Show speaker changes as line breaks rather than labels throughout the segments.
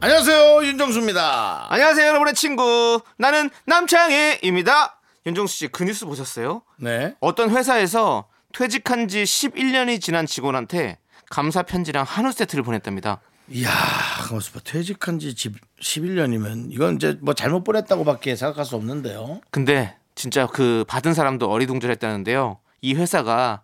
안녕하세요 윤정수입니다.
안녕하세요, 여러분의 친구. 나는 남창희입니다. 윤종수 씨, 그 뉴스 보셨어요?
네.
어떤 회사에서 퇴직한 지 11년이 지난 직원한테 감사 편지랑 한우 세트를 보냈답니다.
이야, 강호수파 퇴직한 지 집- 11년이면 이건 이제 뭐 잘못 보냈다고밖에 생각할 수 없는데요.
근데 진짜 그 받은 사람도 어리둥절했다는데요. 이 회사가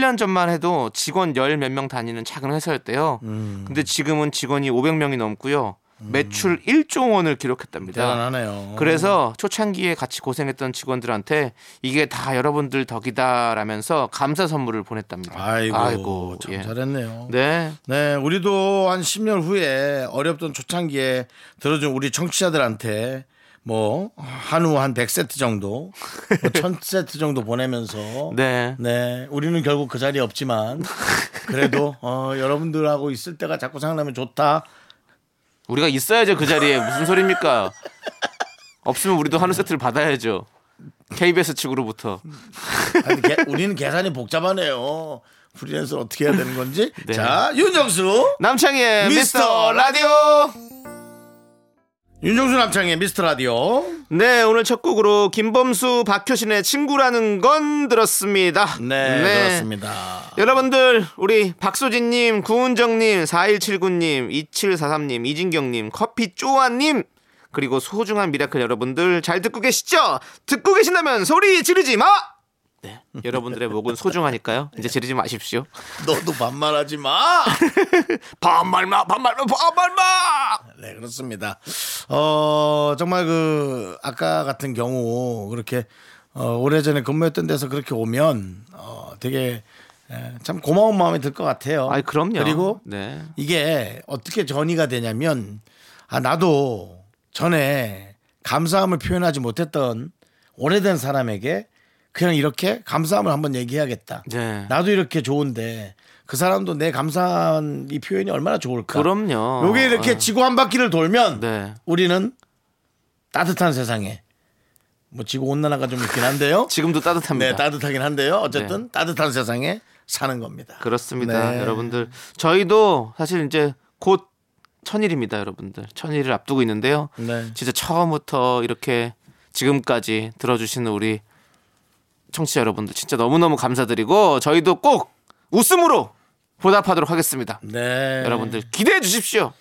11년 전만 해도 직원 열 몇 명 다니는 작은 회사였대요.
음.
근데 지금은 직원이 500명이 넘고요. 매출 1조 원을 기록했답니다.
대단하네요.
음. 그래서 초창기에 같이 고생했던 직원들한테 이게 다 여러분들 덕이다라면서 감사 선물을 보냈답니다.
아이고, 참
예.
잘했네요. 네.
네.
우리도 한 10년 후에 어렵던 초창기에 들어준 우리 청취자들한테 뭐 한우 한 100세트 정도, 뭐 1000세트 정도 보내면서
네.
네, 우리는 결국 그 자리에 없지만 그래도 어, 여러분들하고 있을 때가 자꾸 생각나면 좋다.
우리가 있어야죠 그 자리에 무슨 소리입니까? 없으면 우리도 한우 세트를 받아야죠. KBS 측으로부터.
아니, 개- 우리는 계산이 복잡하네요. 프리랜서 어떻게 해야 되는 건지.
네.
자, 윤정수.
남창희의
미스터
미스터 라디오.
윤정수 남창의 미스터 라디오.
네, 오늘 첫 곡으로 김범수 박효신의 친구라는 건 들었습니다.
네, 그렇습니다.
여러분들 우리 박소진님, 구은정님, 4179님, 2743님, 이진경님, 커피쪼아님 그리고 소중한 미라클 여러분들 잘 듣고 계시죠? 듣고 계신다면 소리 지르지 마! 네, 여러분들의 목은 소중하니까요. 이제 지르지 마십시오.
너도 반말하지 마.
반말 마, 반말 마, 반말 마!
네, 그렇습니다. 어, 정말 그 아까 같은 경우 그렇게 어, 오래전에 근무했던 데서 그렇게 오면 어, 되게 에, 참 고마운 마음이 들 것 같아요.
아이, 그럼요.
그리고
네.
이게 어떻게 전이가 되냐면 아 나도 전에 감사함을 표현하지 못했던 오래된 사람에게 그냥 이렇게 감사함을 한번 얘기해야겠다.
네.
나도 이렇게 좋은데 그 사람도 내 감사한 이 표현이 얼마나 좋을까.
그럼요.
요게 이렇게
아.
지구 한 바퀴를 돌면
네.
우리는 따뜻한 세상에 뭐 지구 온난화가 좀 있긴 한데요.
지금도 따뜻합니다.
네, 따뜻하긴 한데요. 어쨌든 따뜻한 세상에 사는 겁니다.
네. 그렇습니다,
네.
여러분들. 저희도 사실 이제 곧 천일입니다, 여러분들. 천일을 앞두고 있는데요.
네.
진짜 처음부터 이렇게 지금까지 들어주시는 우리 청취자 여러분들 진짜 너무너무 감사드리고 저희도 꼭 웃음으로 보답하도록 하겠습니다.
네.
여러분들 기대해 주십시오.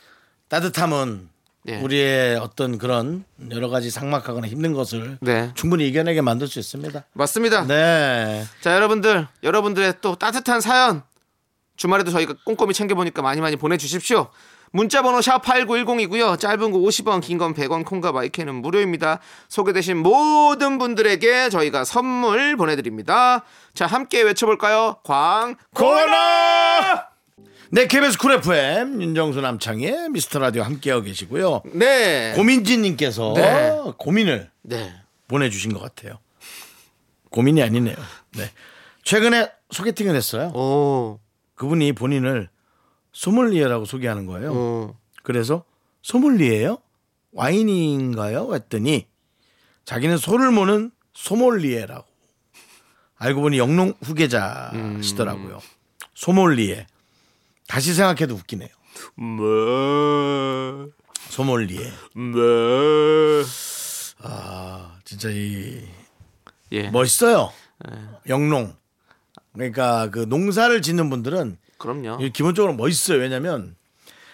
따뜻함은
예.
우리의 어떤 그런 여러 가지 삭막하거나 힘든 것을
네.
충분히 이겨내게 만들 수 있습니다.
맞습니다.
네.
자, 여러분들, 여러분들의 또 따뜻한 사연 주말에도 저희가 꼼꼼히 챙겨보니까 많이 많이 보내주십시오. 문자번호 샵 8910이고요. 짧은 거 50원, 긴 건 100원, 콩과 마이크는 무료입니다. 소개되신 모든 분들에게 저희가 선물 보내드립니다. 자, 함께 외쳐볼까요? 광고라!
네, KBS 쿨 FM 윤정수 남창의 미스터 라디오 함께하고 계시고요.
네.
고민진 님께서
네.
고민을
네.
보내주신 것 같아요. 고민이 아니네요. 네. 최근에 소개팅을 했어요.
오,
그분이 본인을 소믈리에라고 소개하는 거예요.
오.
그래서 소믈리에요? 와인인가요? 했더니 자기는 소를 모는 소믈리에라고. 알고 보니 영농 후계자시더라고요. 음. 소믈리에. 다시 생각해도 웃기네요. 네.
뭐,
소믈리에. 네.
뭐.
아, 진짜 이 네.
예.
뭐- 멋있어요. 영농. 그러니까 그 농사를 짓는 분들은
그럼요.
이게 기본적으로 멋있어요. 왜냐면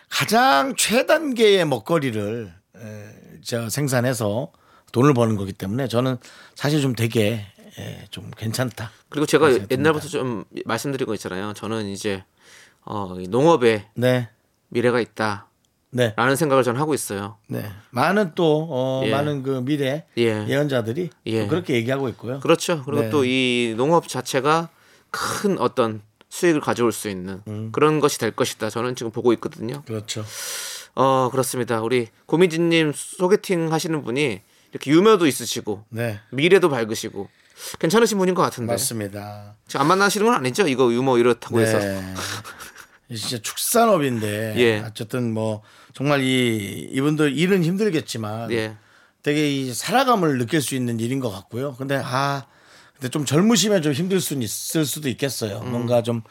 가장 최단계의 먹거리를 에, 제가 생산해서 돈을 버는 거기 때문에 저는 사실 좀 되게 에, 좀 괜찮다.
그리고 제가
그래서
옛날부터 좀 말씀드리고 있잖아요. 저는 이제 어, 이 농업에
네.
미래가 있다라는
네.
생각을 저는 하고 있어요.
네. 많은 또 어,
아. 예.
많은 그 미래
예.
예. 언자들이
예.
그렇게 얘기하고 있고요.
그렇죠. 그리고
네.
또 이 농업 자체가 큰
음.
어떤 수익을 가져올 수 있는 그런 것이 될 것이다. 저는 지금 보고 있거든요.
그렇죠.
어 그렇습니다. 우리 고민진님 소개팅 하시는 분이 이렇게 유머도 있으시고
네.
미래도 밝으시고 괜찮으신 분인 것 같은데
맞습니다.
지금 안 만나시는 건 아니죠? 이거 유머 이렇다고 네. 뭐 해서
네. 이 진짜 축산업인데
예.
어쨌든 뭐 정말 이 이분들 일은 힘들겠지만
예
되게 이 살아감을 느낄 수 있는 일인 것 같고요. 근데 아 근데 좀 젊으시면 좀 힘들 수 있을 수도 있겠어요.
음.
뭔가 좀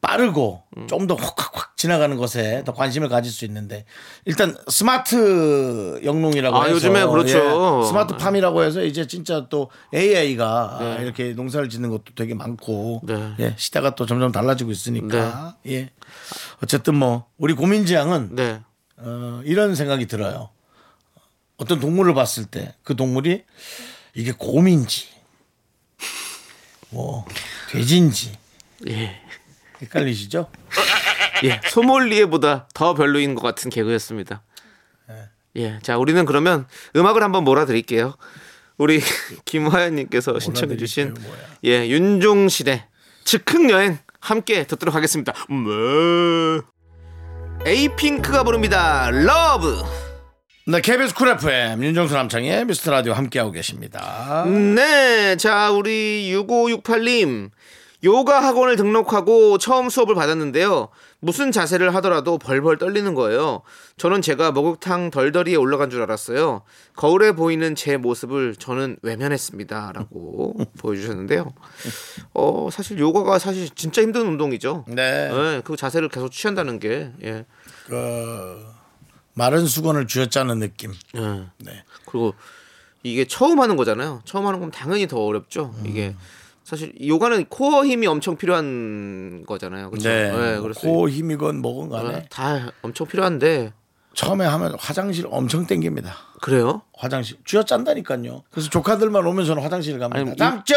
빠르고 좀 더 확확확 지나가는 것에 더 관심을 가질 수 있는데 일단 스마트 영농이라고
아,
해서
요즘에 그렇죠.
예, 스마트팜이라고 해서 이제 진짜 또 AI가 이렇게 농사를 짓는 것도 되게 많고
네.
예, 시대가 또 점점 달라지고 있으니까 예 어쨌든 뭐 우리 고민지향은
네.
어, 이런 생각이 들어요. 어떤 동물을 봤을 때 그 동물이 이게 곰인지 뭐 돼지인지
예.
헷갈리시죠?
예, 소몰리에보다 더 별로인 것 같은 개그였습니다. 예, 자 우리는 그러면 음악을 한번 몰아드릴게요. 우리 김화연님께서 신청해주신
뭐야.
예 윤종신의 즉흥 여행 함께 듣도록 하겠습니다. 음, 네. 에이핑크가 부릅니다. 러브.
네, KBS 쿨 FM 윤정수 남창의 미스터 라디오 함께하고 계십니다.
네, 자 우리 6568님 요가 학원을 등록하고 처음 수업을 받았는데요. 무슨 자세를 하더라도 벌벌 떨리는 거예요. 저는 제가 목욕탕 덜덜이에 올라간 줄 알았어요. 거울에 보이는 제 모습을 저는 외면했습니다라고 보여주셨는데요. 어 사실 요가가 사실 진짜 힘든 운동이죠.
네,
네, 그 자세를 계속 취한다는 게 예.
그 마른 수건을 쥐었자는 느낌.
예.
네.
그리고 이게 처음 하는 거잖아요. 처음 하는 건 당연히 더 어렵죠.
음.
이게 사실 요가는 코어 힘이 엄청 필요한 거잖아요. 그렇죠?
네,
그래서
코 힘이건 뭐건 간에
네, 다 엄청 필요한데
처음에 하면 화장실 엄청 땡깁니다.
그래요?
화장실 쥐어짠다니까요. 그래서 조카들만 오면 저는 화장실
아니,
갑니다.
이-
땀쩔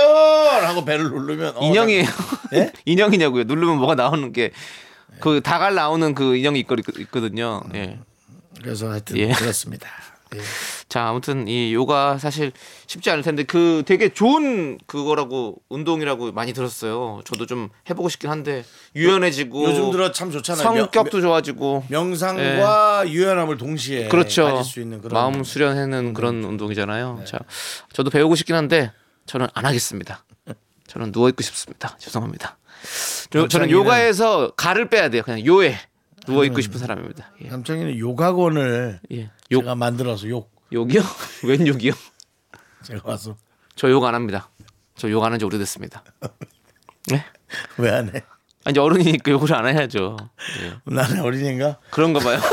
하고 배를 누르면 어,
인형이에요.
예?
인형이냐고요. 누르면 뭐가 나오는 게 그 다갈 나오는 그 인형 있거리 있거든요.
음.
예.
그래서 하여튼
예.
그렇습니다. 예.
자, 아무튼 이 요가 사실 쉽지 않을 텐데 그 되게 좋은 그거라고 운동이라고 많이 들었어요. 저도 좀 해보고 싶긴 한데 유연해지고
요즘 들어 참 좋잖아요.
성격도 좋아지고
명- 명상과 유연함을 동시에
예. 그렇죠.
가질 수 있는 그런 네.
마음 수련하는 그런 운동이잖아요. 자, 저도 배우고 싶긴 한데 저는 안 하겠습니다. 저는 누워 있고 싶습니다. 죄송합니다. 저, 는
남창이는- 음.
요가에서 가를 빼야 돼요. 그냥 요에 누워 있고 싶은 사람입니다. 예.
남창이는 요가원을
예. 욕
제가 만들어서 욕
욕이요? 웬 욕이요?
제가 와서
저 욕 안 합니다. 저 욕 안 한 지 오래됐습니다. 네?
왜 안 해?
아, 이제 어른이니까 욕을 안 해야죠. 예.
나는 어린인가?
그런가 봐요.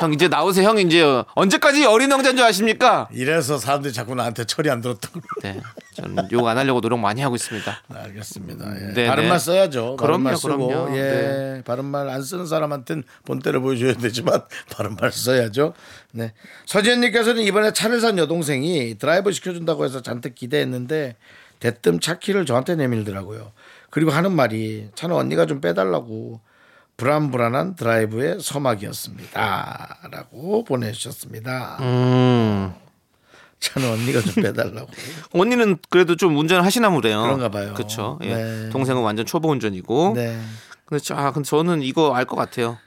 형 이제 나오세요. 형 이제 언제까지 어린 왕자인 줄 아십니까?
이래서 사람들이 자꾸 나한테 철이 안 들었던 거.
네, 저는 욕 안 하려고 노력 많이 하고 있습니다.
알겠습니다. 예.
네,
바른
네.
말 써야죠. 바른
그럼요,
말 쓰고
그럼요.
예,
네.
바른 말 안 쓰는 사람한테는 본때를 보여줘야 되지만 바른 말 써야죠. 네, 서지현님께서는 이번에 차를 산 여동생이 드라이브 시켜준다고 해서 잔뜩 기대했는데 대뜸 차 키를 저한테 내밀더라고요. 그리고 하는 말이 차는 언니가 좀 빼달라고 불안불안한 드라이브의 서막이었습니다.라고 보내주셨습니다.
음,
차는 언니가 좀 빼달라고.
언니는 그래도 좀 운전을 하시나 보네요.
그런가 봐요.
그렇죠. 예.
네.
동생은 완전 초보 운전이고.
네.
근데 저- 아, 근데 저는 이거 알 것 같아요.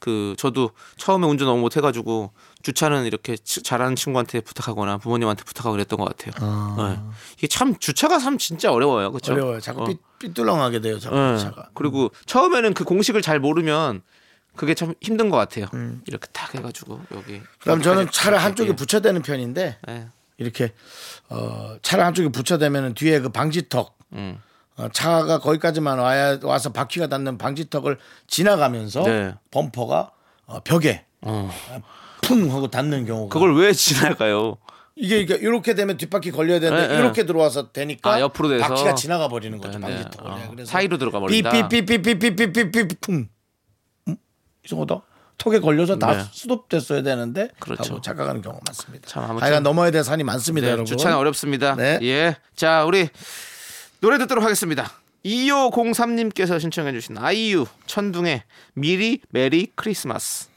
그 저도 처음에 운전 너무 못해가지고 주차는 이렇게 치- 잘하는 친구한테 부탁하거나 부모님한테 부탁하고 그랬던 것 같아요. 예. 이게 참 주차가 참 진짜 어려워요. 그렇죠.
어려워요. 자꾸 삐, 삐뚤렁하게 돼요. 자꾸
예.
차가.
그리고 처음에는 그 공식을 잘 모르면 그게 참 힘든 것 같아요. 이렇게 탁 해가지고 여기.
음. 그럼 저는 차를 한쪽에
예.
붙여대는 편인데
예.
이렇게 어, 차를 한쪽에 붙여대면 뒤에 그 방지턱
음.
어, 차가 거기까지만 와야 와서 바퀴가 닿는 방지턱을 지나가면서
네.
범퍼가 어, 벽에
어.
쿵 하고 닿는 경우가
그걸 왜 지나가요?
이게 이렇게, 이렇게 되면 뒷바퀴 걸려야 되는데
네, 네.
이렇게 들어와서 되니까
아, 옆으로 돼서.
바퀴가 지나가 버리는 거죠
네, 네.
방지턱을
어, 사이로 들어가 버린다.
삐삐삐삐삐삐삐삐삐 쿵 음? 이상하다 턱에 걸려서 다
네.
수dob됐어야 되는데
그렇죠.
하고 착각하는 경우가 많습니다
참, 아무튼-
하여간 넘어야 될 산이 많습니다
네,
여러분
주차는 어렵습니다.
네.
예. 자, 우리 노래 듣도록 하겠습니다. 2503님께서 신청해 주신 아이유 천둥의 미리 메리 크리스마스.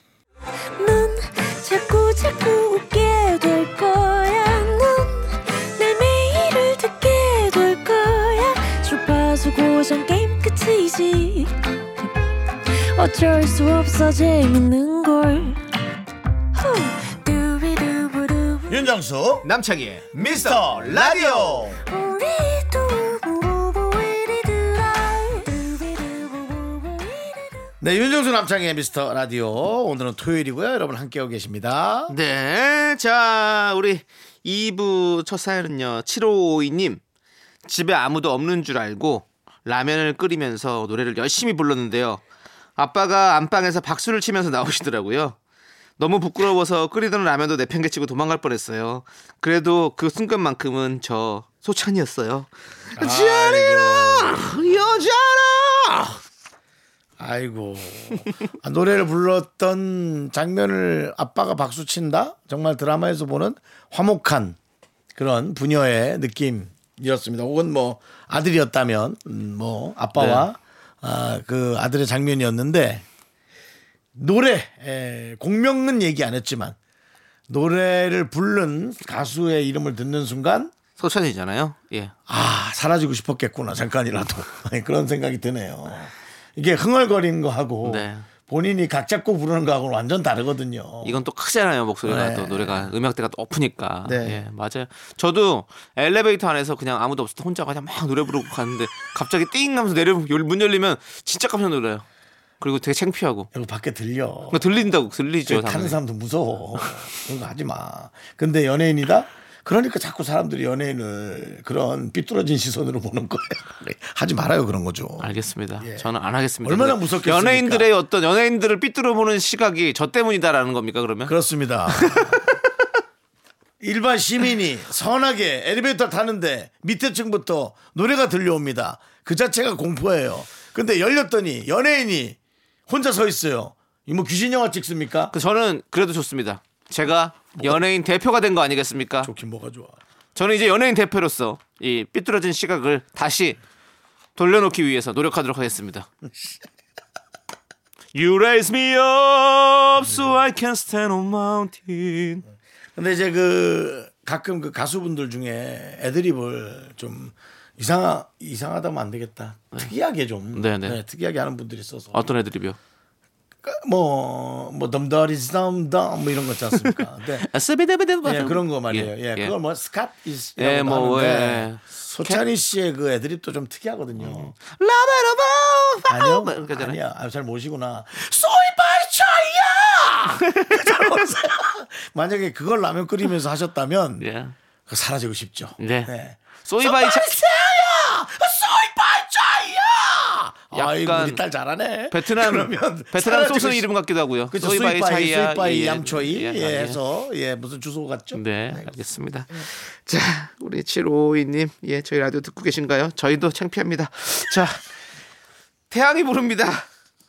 넌 자꾸 자꾸 웃게 될 거야. 넌내 매일을 듣게 될 거야. 주파수 고정 게임 끝이지. 어쩔 수 없어 재밌는 걸 후. 두비두부두.
윤정수
남창희의
미스터 라디오
우리 두부부부 우리들아. 두비두부부부 우리들아.
네, 윤정수 남창의 미스터 라디오. 오늘은 토요일이고요. 여러분 함께하고 계십니다.
네. 자, 우리 2부 첫 사연은요. 7552님. 집에 아무도 없는 줄 알고 라면을 끓이면서 노래를 열심히 불렀는데요. 아빠가 안방에서 박수를 치면서 나오시더라고요. 너무 부끄러워서 끓이던 라면도 내팽개치고 도망갈 뻔했어요. 그래도 그 순간만큼은 저 소찬이었어요. 지안이라 여자라.
아이고. 아, 노래를 불렀던 장면을 아빠가 박수 친다? 정말 드라마에서 보는 화목한 그런 부녀의 느낌이었습니다. 혹은 뭐 아들이었다면, 음, 뭐 아빠와 아, 그 아들의 장면이었는데, 노래, 에, 공명은 얘기 안 했지만, 노래를 부른 가수의 이름을 듣는 순간,
소찬이잖아요. 예.
아 사라지고 싶었겠구나 잠깐이라도 아니, 그런 생각이 드네요. 이게 흥얼거리는 거 하고
네.
본인이 각 잡고 부르는 거하고는 완전 다르거든요.
어. 이건 또 크잖아요 목소리가
네.
또 노래가 음역대가 또 엎으니까
네.
예 맞아요 저도 엘리베이터 안에서 그냥 아무도 없을 때 혼자 그냥 막 노래 부르고 갔는데 갑자기 띵 하면서 내려 문 열리면 진짜 깜짝 놀라요 그리고 되게 창피하고
이거 밖에 들려.
그거 들린다고 들리죠
타는
당연히
네, 사람도 무서워. 그런 거 하지 마. 근데 연예인이다? 그러니까 자꾸 사람들이 연예인을 그런 삐뚤어진 시선으로 보는 거예요. 하지 말아요 그런 거죠.
알겠습니다
예.
저는 안 하겠습니다
얼마나
근데
무섭겠습니까?
연예인들의 어떤 연예인들을 삐뚤어 보는 시각이 저 때문이다라는 겁니까 그러면
그렇습니다. 일반 시민이 선하게 엘리베이터 타는데 밑에 층부터 노래가 들려옵니다. 그 자체가 공포예요. 근데 열렸더니 연예인이 혼자 서 있어요. 이뭐 귀신 영화 찍습니까?
그 저는 그래도 좋습니다 제가 연예인 대표가 된 거 아니겠습니까
뭐. 좋긴 뭐가 좋아.
저는 이제 연예인 대표로서 이 삐뚤어진 시각을 다시 돌려놓기 위해서 노력하도록 하겠습니다. You raise me up so I can stand on mountain.
근데 이제 그 가끔 그 가수분들 중에 애드립을 좀 이상하 이상하다면 안 되겠다. 특이하게 좀
네, 아. 네.
특이하게 하는 분들이 있어서 그
어떤 애드립이요?
뭐뭐 덤더리 덤덤 뭐 이런 거 있지 않습니까? 네.
아, 스비드비드
예, 그런 거 말이에요. 예, 그걸 뭐 스캇
예,
이라고
뭐,
하는데
예.
소찬희 씨의 그 애드립도 좀 특이하거든요.
라바라바.
아니요,
그잖아요
아니야, 아, 잘 모시구나. 소이 바이 차이야. 잘 모르세요. 만약에 그걸 라면 끓이면서 하셨다면
예.
그거 사라지고 싶죠.
네.
네.
소이바이 차
차이야. 소이 바이 차이야. 아이
약간
우리 딸 잘하네.
베트남
그러면
베트남
사라지고
소스
싶-
이름 같기도 하고요.
그렇죠. 소이바이, 소이바이,
차이야. 예,
양초이
예,
예,
예.
해서 예 무슨 주소 같죠?
네, 알겠습니다. 자, 우리 752님, 예, 저희 라디오 듣고 계신가요? 저희도 창피합니다. 자, 태양이 부릅니다.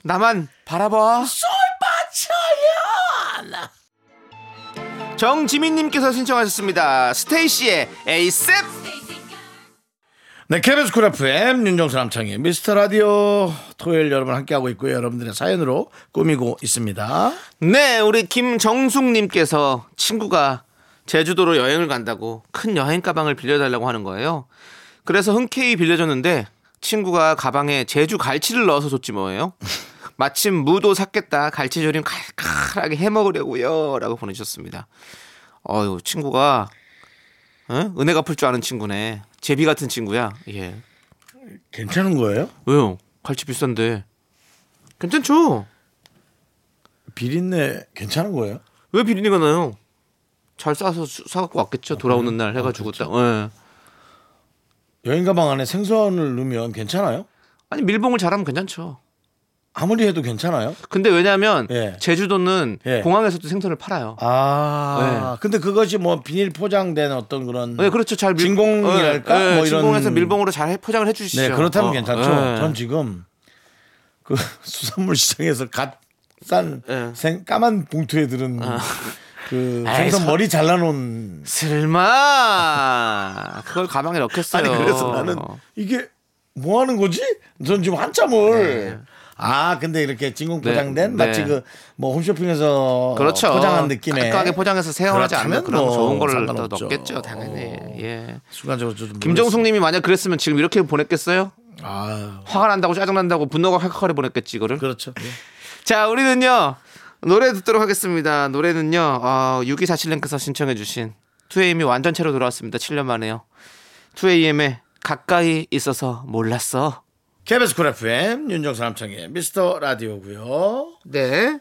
나만 바라봐. 정지민님께서 신청하셨습니다. 스테이시의 에이셉.
네, KBS 쿨 FM 윤정수 남창희 미스터 라디오 토요일 여러분 함께하고 있고요. 여러분들의 사연으로 꾸미고 있습니다.
네, 우리 김정숙님께서 친구가 제주도로 여행을 간다고 큰 여행 가방을 빌려달라고 하는 거예요. 그래서 흔쾌히 빌려줬는데 친구가 가방에 제주 갈치를 넣어서 줬지 뭐예요. 마침 무도 샀겠다. 갈치조림 칼칼하게 해 먹으려고요라고 보내주셨습니다. 어유 친구가 응? 은혜 갚을 줄 아는 친구네. 제비 같은 친구야. 예.
괜찮은 거예요?
왜요? 갈치 비싼데. 괜찮죠?
비린내 괜찮은 거예요?
왜 비린내가 나요? 잘 싸서 수- 사갖고 왔겠죠. 돌아오는 날 해가지고
그렇죠.
딱. 예.
여행 가방 안에 생선을 넣으면 괜찮아요?
아니 밀봉을 잘하면 괜찮죠.
아무리 해도 괜찮아요?
근데 왜냐하면
예.
제주도는
예.
공항에서도 생선을 팔아요.
아, 근데 그것이 뭐 비닐 포장된 어떤 그런
네, 그렇죠. 잘 밀-
음. 진공이랄까?
예, 예,
뭐 이런-
진공해서 밀봉으로 잘 해- 포장을 해주시죠.
네 그렇다면
어,
괜찮죠.
예.
전 지금 그 수산물 시장에서 갓싼
예.
생 까만 봉투에 들은
아.
그
에이,
생선
서-
머리 잘라놓은
설마 그걸 가방에
아니
넣겠어요.
그래서 나는 이게 뭐 하는 거지? 전 지금 한참을 아 근데 이렇게 진공
네,
포장된
네.
마치 그 뭐 홈쇼핑에서
그렇죠.
어, 포장한 느낌의
깔끔하게 포장해서 세워하지 않는
그렇다면
그런
뭐
좋은 거를 또
상관없죠. 어,
넣겠죠, 당연히. 예.
순간적으로 좀
김정숙님이 만약 그랬으면 지금 이렇게 보냈겠어요?
놀랐어요. 아
화가 난다고 짜증난다고 분노가 칼칼하게 보냈겠지 이거를
그렇죠.
자 우리는요 노래 듣도록 하겠습니다. 노래는요. 아, 6247랭크서 신청해 주신 2AM이 완전체로 돌아왔습니다. 7년 만에요. 2AM의 가까이 있어서 몰랐어.
KBS 쿨 FM 윤정수 남창의 미스터 라디오고요.
네.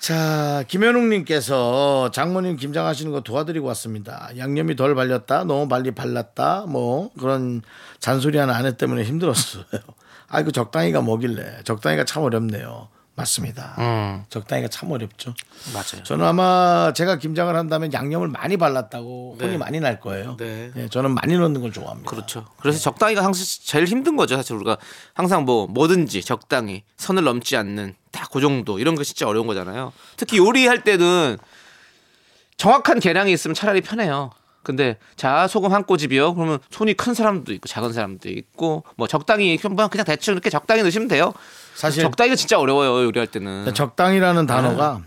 자, 김현웅님께서 장모님 김장하시는 거 도와드리고 왔습니다. 양념이 덜 발렸다, 너무 빨리 발랐다, 뭐 그런 잔소리하는 아내 때문에 힘들었어요. 아이고 적당히가 뭐길래 적당히가 참 어렵네요. 맞습니다.
음,
적당히가 참 어렵죠.
맞아요.
저는 아마 제가 김장을 한다면 양념을 많이 발랐다고
네.
혼이 많이 날 거예요.
네.
예, 저는 많이 넣는 걸 좋아합니다.
그렇죠. 그래서 적당히가 항상 제일 힘든 거죠. 사실 우리가 항상 뭐 뭐든지 적당히 선을 넘지 않는 딱 그 정도 이런 거 진짜 어려운 거잖아요. 특히 요리할 때는 정확한 계량이 있으면 차라리 편해요. 근데 자 소금 한 꼬집이요. 그러면 손이 큰 사람도 있고 작은 사람도 있고 뭐 적당히 그냥 그냥 대충 이렇게 적당히 넣으시면 돼요.
사실- 네,
적당히가 진짜 어려워요 요리할 때는.
음.
네.
적당이라는 단어가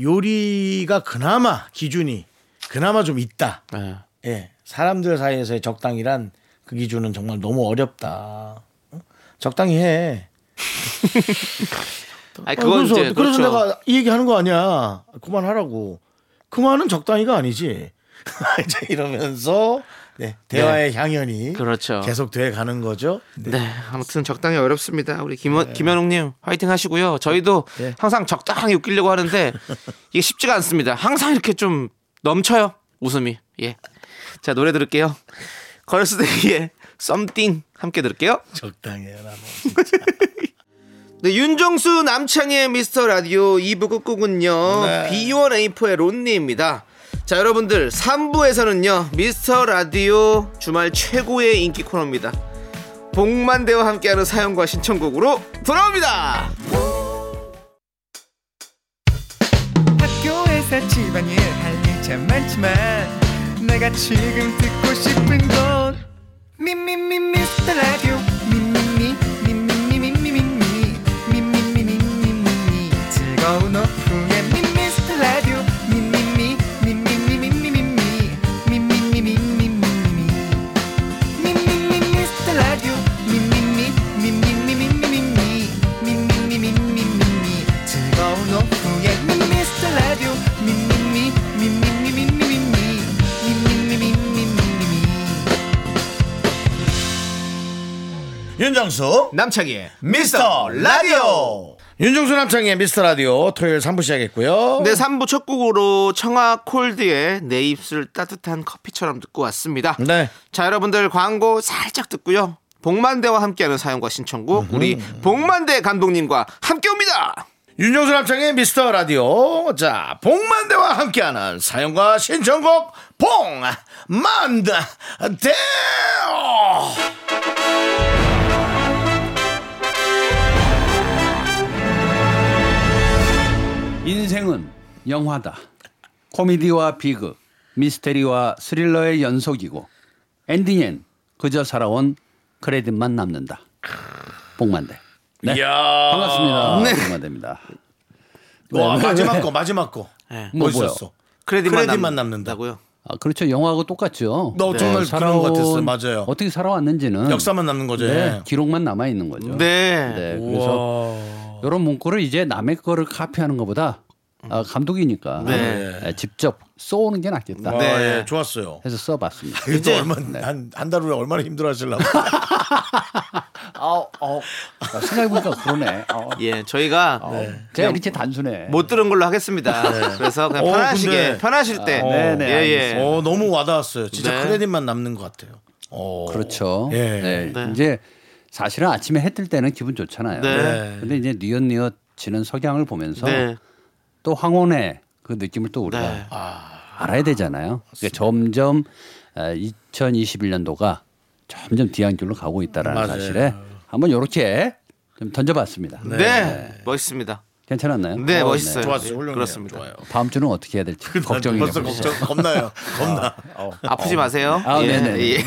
요리가 그나마 기준이 그나마 좀 있다.
네.
예, 사람들 사이에서의 적당이란 그 기준은 정말 너무 어렵다. 어? 적당히 해.
아니
아,
예, 그건
그래서,
이제
그래서
그렇죠.
내가 이 얘기하는 거 아니야. 그만하라고. 그만은 적당히가 아니지. 이제 이러면서 네, 대화의 향연이
그렇죠.
계속 돼 가는 거죠. 네.
네, 아무튼 적당히 어렵습니다. 우리 김, 김현웅님 화이팅 하시고요. 저희도
네.
항상 적당히 웃기려고 하는데 이게 쉽지가 않습니다. 항상 이렇게 좀 넘쳐요 웃음이. 예, 자 노래 들을게요. 걸스데이의 Something 함께 들을게요.
적당해라. 뭐.
네, 윤정수 남창의 미스터 라디오 2부 끝곡은요. B1A4의 론니입니다. 자, 여러분들 3부에서는요. 미스터 라디오 주말 최고의 인기 코너입니다. 복만대와 함께하는 사연과 신청곡으로 돌아옵니다.
학교에서 집안일 할 일 참 많지만 내가 지금 듣고 싶은 건 미미미 미스터 라디오 미미미 미미미 미미미 미미미 미미미 즐거운 오후에 미스터 라디오 미미미 미미미 미미미 미미미 미미미
윤정수
남창희의
미스터 라디오
윤종수 남창의 미스터 라디오 토요일 3부 시작했고요.
네, 3부 첫 곡으로 청아 콜드의 내 입술 따뜻한 커피처럼 듣고 왔습니다.
네.
자, 여러분들 광고 살짝 듣고요. 복만대와 함께하는 사연과 신청곡 우리 복만대 감독님과 함께 옵니다.
윤종수 남창의 미스터 라디오. 자, 복만대와 함께하는 사연과 신청곡 복만대.
인생은 영화다. 코미디와 비극, 미스테리와 스릴러의 연속이고 엔딩엔 그저 살아온 크레딧만 남는다. 복만대. 네.
아,
반갑습니다.
네.
복만대입니다.
와,
네, 왜,
마지막
왜?
거, 마지막 거.
뭐,
멋있었어.
뭐요?
크레딧만,
크레딧만
남는다고요.
아, 그렇죠. 영화하고 똑같죠. 네.
너 정말 그런 것 같았어요. 맞아요.
어떻게 살아왔는지는
역사만 남는 거죠.
네, 기록만 남아 있는 거죠.
네.
네, 그래서 이런 문구를 이제 남의 거를 카피하는 것보다 아, 감독이니까
네.
예, 직접 써오는 게 낫겠다.
와,
네.
예, 좋았어요.
해서 써봤습니다.
이제 얼마 한한달 후에 얼마나 힘들어 하실라고.
아, 어, 아, 생각해보니까 그러네. 아,
예, 저희가
어, 제가 이렇게 단순해.
못 들은 걸로 하겠습니다. 그래서 그냥
어,
편하시게
근데-
편하실 때.
네, 네,
예, 예.
어, 너무 와닿았어요. 진짜
네.
크레딧만 남는 것 같아요. 어.
그렇죠.
예.
네.
네.
이제 사실은 아침에 해 뜰 때는 기분 좋잖아요.
네.
근데 이제 뉘엿뉘엿 지는 석양을 보면서
네.
또 황혼의 그 느낌을 또 우리가
네.
알아야 되잖아요. 그러니까 점점 2021년도가 점점 뒤안길로 가고 있다라는
맞아요.
사실에 한번 이렇게 좀 던져봤습니다.
네. 멋있습니다.
괜찮았나요?
네,
어,
멋있어요.
좋았어요. 훌륭해요.
그렇습니다.
좋아요.
다음 주는 어떻게 해야 될지 걱정이네요.
벌써 걱정 겁나요. 겁나.
아프지 마세요. 예,
아, 네네네.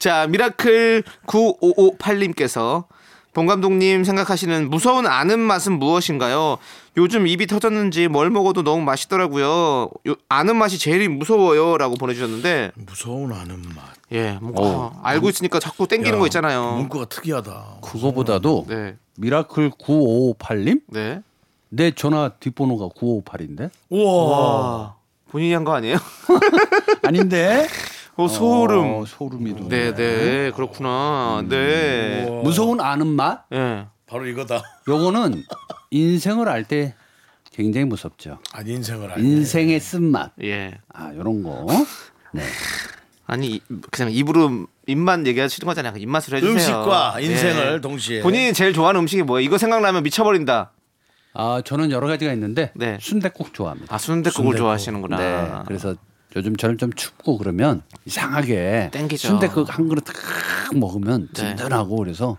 자, 미라클 9558님께서 봉 감독님 생각하시는 무서운 아는 맛은 무엇인가요? 요즘 입이 터졌는지 뭘 먹어도 너무 맛있더라고요. 요, 아는 맛이 제일 무서워요라고 보내주셨는데
무서운 아는 맛.
예, 뭔가 알고 있으니까 자꾸 땡기는 거 있잖아요.
문구가 특이하다.
그거보다도
네,
미라클 9558님
네,
내 전화 뒷번호가 958인데?
우와.
와. 어. 본인이 한 거 아니에요?
아닌데?
어, 소름.
어, 소름이 돋네.
네, 네. 그렇구나. 네.
무서운 아는 맛?
예.
바로 이거다.
요거는 인생을 알 때 굉장히 무섭죠.
아니 예. 인생을 알게.
인생의 쓴맛.
예.
아, 요런 거. 네.
아니 이- 그냥 입으로 입만 얘기하시는 거잖아요. 입맛으로 해주세요.
음식과 인생을
예.
동시에.
본인이 제일 좋아하는 음식이 뭐예요? 이거 생각나면 미쳐버린다.
아, 저는 여러 가지가 있는데
네.
순댓국 좋아합니다.
아 순대국을 좋아하시는구나.
네. 그래서 요즘처럼 좀 춥고 그러면 이상하게
땡기죠. 네.
순댓국한 그릇 탁 먹으면 든든하고 그래서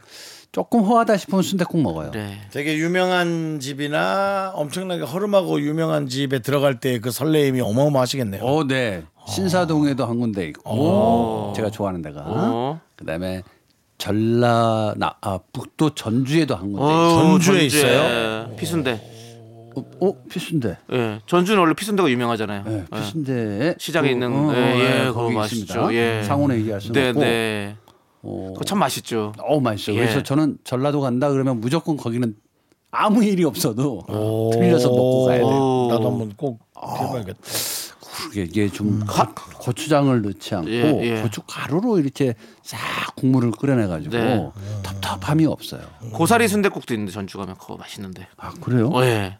조금 허하다 싶으면 순댓국 먹어요.
네.
되게 유명한 집이나 엄청나게 허름하고 유명한 집에 들어갈 때 그 설레임이 어마어마하시겠네요.
어, 네. 신사동에도 한 군데 있고 제가 좋아하는 데가
어.
그다음에 전라 나 아, 북도 네, 전주에도 한 군데 있어요.
어우,
전주에
예. 피순대.
어, 어 피순대.
예. 전주는 원래 피순대가 유명하잖아요.
예,
예.
피순대
시장에 있는
어,
예, 예,
거기
그거 맛있죠.
있습니다.
예.
상호는 얘기할 수는
네,
없고.
네.
어,
그거 참 맛있죠.
어 맛있어. 요
예.
그래서 저는 전라도 간다 그러면 무조건 거기는 아무 일이 없어도 들려서 먹고 가야 돼. 요
오.
나도 한번 꼭 해봐야겠다.
그게 이게 좀 가- 고추장을 넣지 않고
음. 예, 예.
고추 가루로 이렇게 싹 국물을 끓여내 가지고
네.
텁텁함이 없어요.
음. 고사리 순대국도 있는데 전주 가면 그거 맛있는데.
아 그래요?
어, 예.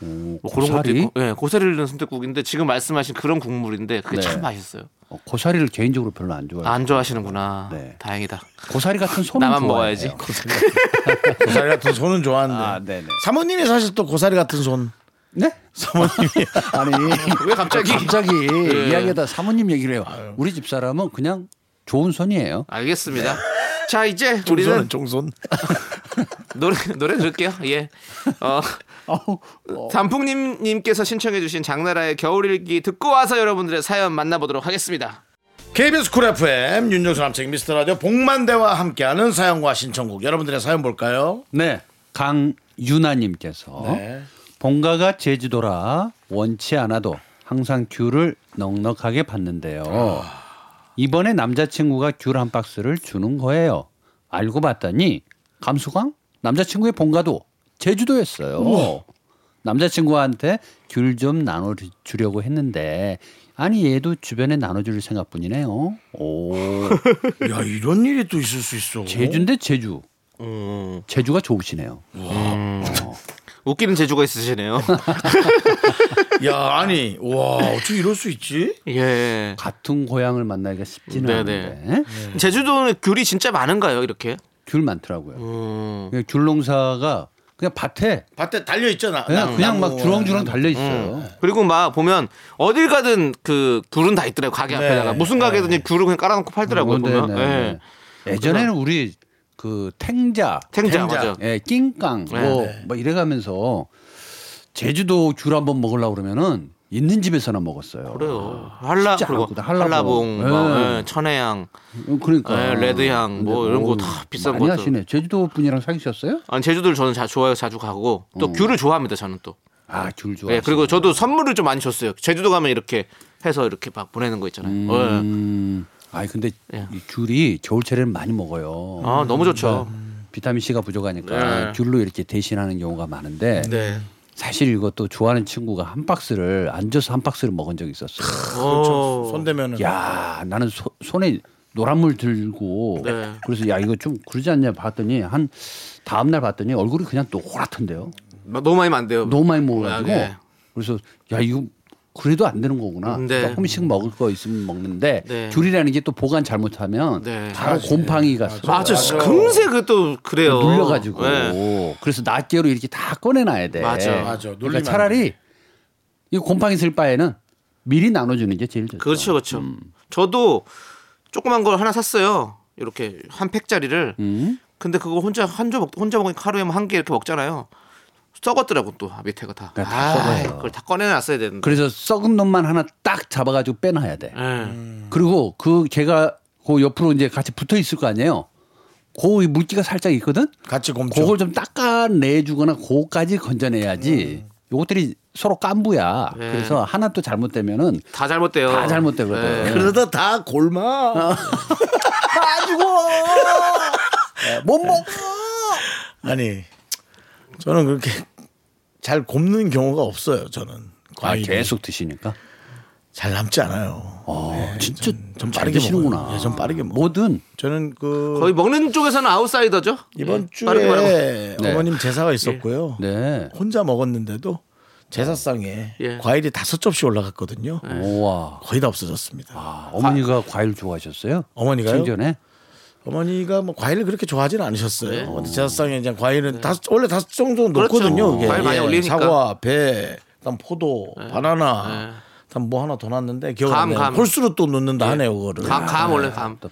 오,
뭐 그런 것도
고사리?
있고. 예, 고사리를 넣은 순대국인데 지금 말씀하신 그런 국물인데 그게
네.
참 맛있어요.
어, 고사리를 개인적으로 별로 안 좋아해요.
안 좋아하시는구나.
네.
다행이다.
고사리 같은 손은
나만
좋아해요.
먹어야지.
고사리 같은 손은 좋아하는데.
아, 네네.
사모님이 사실 또 고사리 같은 손.
네?
사모님이
아니
왜 갑자기? 네.
갑자기 이야기하다 사모님 얘기를 해요. 우리 집 사람은 그냥 좋은 손이에요.
알겠습니다.
네.
자 이제
종손은
우리는
종손.
노래 노래 들을게요. 예. 어,
아우,
단풍님님께서 신청해주신 장나라의 겨울일기 듣고 와서 여러분들의 사연 만나보도록 하겠습니다.
KBS 쿨 FM 윤정수 남창 미스터 라디오 복만대와 함께하는 사연과 신청곡 여러분들의 사연 볼까요?
네, 강윤아님께서
네.
본가가 제주도라 원치 않아도 항상 귤을 넉넉하게 받는데요. 이번에 남자친구가 귤 한 박스를 주는 거예요. 알고 봤더니 감수광 남자친구의 본가도 제주도였어요. 남자친구한테 귤 좀 나눠주려고 했는데 아니 얘도 주변에 나눠줄 생각뿐이네요. 오
야 이런 일이 또 있을 수 있어.
제주인데 제주 제주가 좋으시네요.
웃기는 재주가 있으시네요.
야 아니 와 어떻게 이럴 수 있지?
예.
같은 고향을 만나기가 쉽지는
네네.
않은데
제주도는 귤이 진짜 많은가요? 이렇게?
귤 많더라고요.
음.
그냥 귤 농사가 그냥 밭에
밭에 달려 있잖아.
그냥, 그냥 막
음.
주렁주렁 달려 있어요.
그리고 막 보면 어딜 가든 그 귤은 다 있더라고 가게 앞에다가 무슨 가게든지 귤을 그냥 깔아놓고 팔더라고요
네,
보면.
네,
예.
네. 예전에는 우리 그 탱자,
탱자, 맞아.
예, 낑깡
네,
뭐, 뭐 이래가면서 제주도 귤 한번 먹으려고 그러면은 있는 집에서나 먹었어요.
그래요. 한라
아, 쉽지
그리고
않거든, 한라봉.
한라봉, 뭐,
예.
예, 천혜향.
어, 그러니까
예, 레드향 뭐
근데
이런 거
어우,
다 비싼
많이
것들.
하시네. 제주도 분이랑 사귀셨어요?
아니 제주도를 저는 자, 좋아요 자주 가고 또 귤을 좋아합니다 저는 또.
아, 귤 음. 좋아.
예, 그리고 저도 선물을 좀 많이 줬어요. 제주도 가면 이렇게 해서 이렇게 막 보내는 거 있잖아요. 예.
음, 아니 근데
예.
이 귤이 겨울철에는 많이 먹어요. 그러니까
아 너무 좋죠.
비타민 C가 부족하니까
네.
귤로 이렇게 대신하는 경우가 많은데
어.
네.
사실 이것도 좋아하는 친구가 한 박스를 앉아서 한 박스를 먹은 적이 있었어요.
어.
손대면은
야 나는 소- 손에 노란물 들고
네.
그래서 야 이거 좀 그러지 않냐 봤더니 한 다음 날 봤더니 얼굴이 그냥 노랗던데요.
너무 많이 안 돼요.
너무 많이 먹어가지고
아, 네.
그래서 야 이거 그래도 안 되는 거구나.
네.
조금씩 먹을 거 있으면 먹는데
네.
귤이라는 게 또 보관 잘못하면
네.
바로 곰팡이가
맞아, 금세 그 또 그래요.
눌려가지고
예.
그래서 낱개로 이렇게 다 꺼내놔야 돼.
맞아.
맞아. 눌리면
그러니까
안
차라리 이 곰팡이 쓸 바에는 미리 나눠주는 게 제일 좋죠.
그렇죠, 그렇죠.
음.
저도 조그만 걸 하나 샀어요. 이렇게 한 팩짜리를.
음.
근데 그거 혼자 한조 먹 혼자 먹으니까 하루에 뭐 한 개 이렇게 먹잖아요. 썩었더라고 또 밑에가 다.
그러니까 다
아,
썩어요.
그걸 다 꺼내놨어야 되는데.
그래서 썩은 놈만 하나 딱 잡아가지고 빼놔야 돼.
예.
음.
그리고 그 걔가 그 옆으로 이제 같이 붙어 있을 거 아니에요. 그 물기가 살짝 있거든.
같이 곰죠.
그걸 좀 닦아내주거나 그거까지 건져내야지. 요것들이 서로 깐부야.
네.
그래서 하나 또 잘못되면은
다 잘못돼요.
다 음. 잘못되거든.
예.
그러다 다 골마.
못 먹.
아니 저는 그렇게 잘 곱는 경우가 없어요. 저는
아,
과일이
계속 드시니까.
잘 남지 않아요.
어, 진짜
네, 좀- 좀
잘
빠르게
드시는구나.
먹어요. 예, 좀 빠르게 먹어요.
뭐든
저는 그
거의 먹는 쪽에서는 아웃사이더죠.
이번
예, 빠르게 말하고.
주에
네.
어머님 제사가 있었고요.
네.
혼자 먹었는데도 제사상에
예.
과일이 다섯 접시 올라갔거든요.
예. 우와.
거의 다 없어졌습니다.
아, 어머니가 과일 좋아하셨어요?
어머니가요?
생전에?
어머니가 뭐 과일을 그렇게 좋아하지는 않으셨어요. 근데 제사상에 이제 과일은 다섯 원래 다섯 정도
그렇죠.
넣거든요. 그게. 예.
과일 많이 올리니까.
사과, 배, 그다음 포도, 바나나, 그다음 뭐 하나 더 넣었는데 기억
감,
안 나요.
감.
홀수로 또 넣는다 하네요, 그거를.
감, 감 원래 감.
아, 또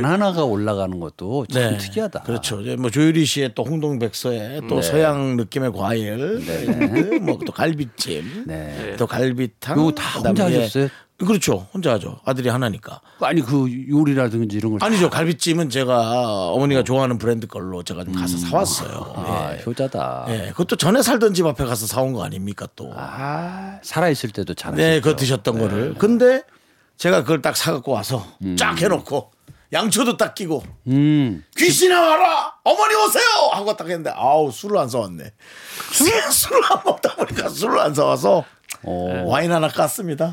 바나나가 올라가는 것도 참
예, 네.
특이하다.
그렇죠. 이제 뭐 조유리 씨의 또 홍동백서에 또 서양 느낌의 과일, 뭐 또 갈비찜,
네.
또 갈비탕.
요거 다
그다음에
혼자
예.
하셨어요?
그렇죠. 혼자 하죠. 아들이 하나니까.
아니 그 요리라든지 이런 걸
아니죠. 갈비찜은 제가 어머니가 좋아하는 브랜드 걸로 제가 좀 가서 사왔어요.
아,
예.
효자다.
예, 그것도 전에 살던 집 앞에 가서 사온 거 아닙니까 또.
아, 그렇죠. 살아 있을 때도 잘하셨죠.
네, 그거 드셨던 거를. 근데 제가 그걸 딱 사갖고 와서 쫙 해놓고 양초도 딱 끼고
음.
귀신아 와라 어머니 오세요 하고 딱 했는데 아우 술을 안 사왔네. 술 술을 안 먹다 보니까 술을 안 사와서
어.
와인 하나 깠습니다.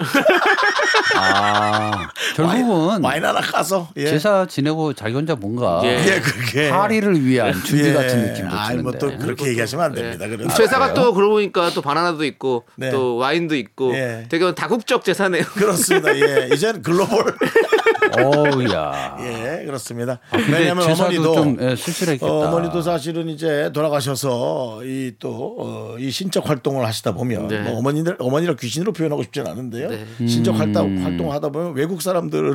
아, 결국은
와인 하나 까서 예.
제사 지내고 자기 혼자 뭔가
예.
예, 그게
파리를 위한 준비
예.
같은 느낌도
아니
드는데. 예.
뭐또 그렇게 얘기하시면 안 네, 됩니다. 그래도.
제사가 또 그러고 보니까 또 바나나도 있고
네.
또 와인도 있고
예.
되게 다국적 제사네요.
그렇습니다. 예, 이제는 글로벌.
어우야.
예, 그렇습니다.
아, 근데
그- 왜냐하면
제사도
어머니도
좀, 예, 쓸쓸했겠다.
어, 머니도 사실은 이제 돌아가셔서 이 또 어, 이 신적 활동을 하시다 보면
네.
뭐 어머니들 어머니를 귀신으로 표현하고 싶진 않은데요.
음.
신적 활동 활동을 하다 보면 외국 사람들을